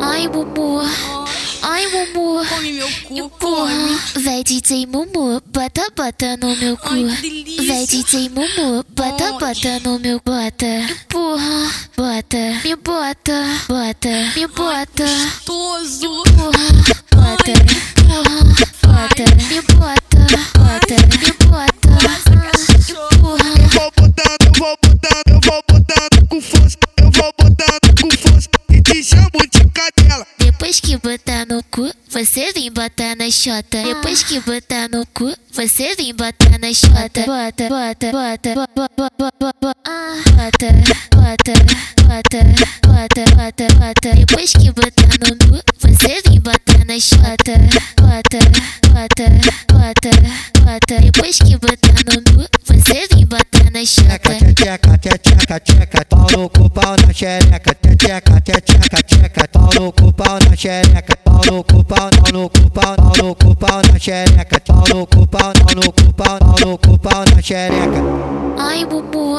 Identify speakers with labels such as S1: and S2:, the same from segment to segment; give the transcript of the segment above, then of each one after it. S1: Ai, Mumu. Ai, Mumu.
S2: Come meu cu,
S1: Porra.
S2: come.
S1: Vai, DJ Mumu, bota, bota no meu cu.
S2: Ai, que delícia.
S1: Vai, DJ Mumu, bota,
S2: Ai.
S1: bota no meu bota. Porra, bota, me bota, bota, me bota.
S2: Gostoso.
S1: Porra, bota, porra, bota, me bota, bota, me bota. Porra,
S3: Eu vou botar, eu vou botar, eu vou botar com força, eu vou botar com força e te chamo de cadela.
S1: depois que botar no cu, você vem botar na xota. Depois que botar no cu, você vem botar na xota. Bota, bota, bota, bo- bo- bo- bo- bo- bo- ah. bota, bota, bota, bota, bota, bota. Depois que botar no cu, você vem botar na xota. Bota, bota, bota, bota. Depois que botar no cu, você vem botar na xota.
S4: tcheca, tcheca, tcheca, tcheca, pau no cu, pau na xereca, tcheca, tcheca, tcheca, pau no cu, pau na xereca, pau no cu, pau, pau no cu, pau, pau no cu, pau na xereca, pau no cu, pau, pau no cu, pau, pau no cu, pau na xereca.
S1: Ai, Mumu.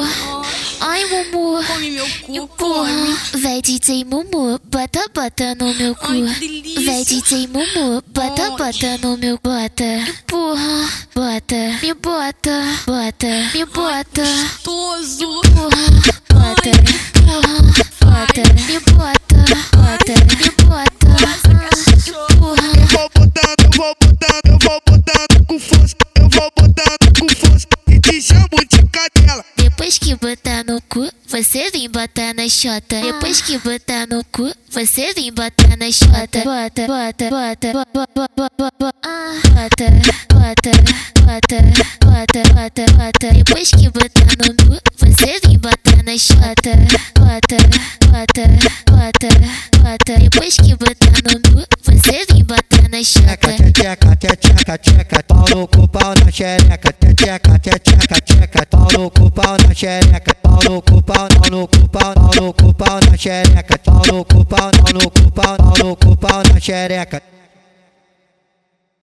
S1: Ai, Mumu.
S2: Come meu cu,
S1: Porra,
S2: come.
S1: vai DJ Mumu, bota bota no meu cu.
S2: Ai, que delícia.
S1: Vai DJ Mumu, bota
S2: Onde?
S1: bota no meu bota. Porra, bota, me bota, bota, me bota.
S2: Gostoso.
S1: Porra, bota, porra, bota, me bota, bota, me bota.
S3: Eu
S1: Porra,
S3: vou botar, eu vou botar, eu vou botar com força, eu vou botar com força e te chamo de cadela.
S1: depois que botar no cu, você vem botar na xota. Depois que botar no cu, você vem botar na xota. Bota, bota, bota, bo- bo- bo- bo- bo- bo- ah. bota, bota, bota, bota, bota, bota. Depois que botar no cu, você vem botar na xota. Bota, bota, bota, bota. Depois que botar no cu, você vem botar na xota.
S4: Tcheca, tcheca, tcheca, tcheca, pau no cu, pau na xereca, tcheca, tcheca, tcheca, pau no cu, pau na xereca, pau no cu, pau, pau no cu, pau, pau no cu, pau na xereca, pau no cu, pau, pau no cu, pau, pau no cu, pau na xereca.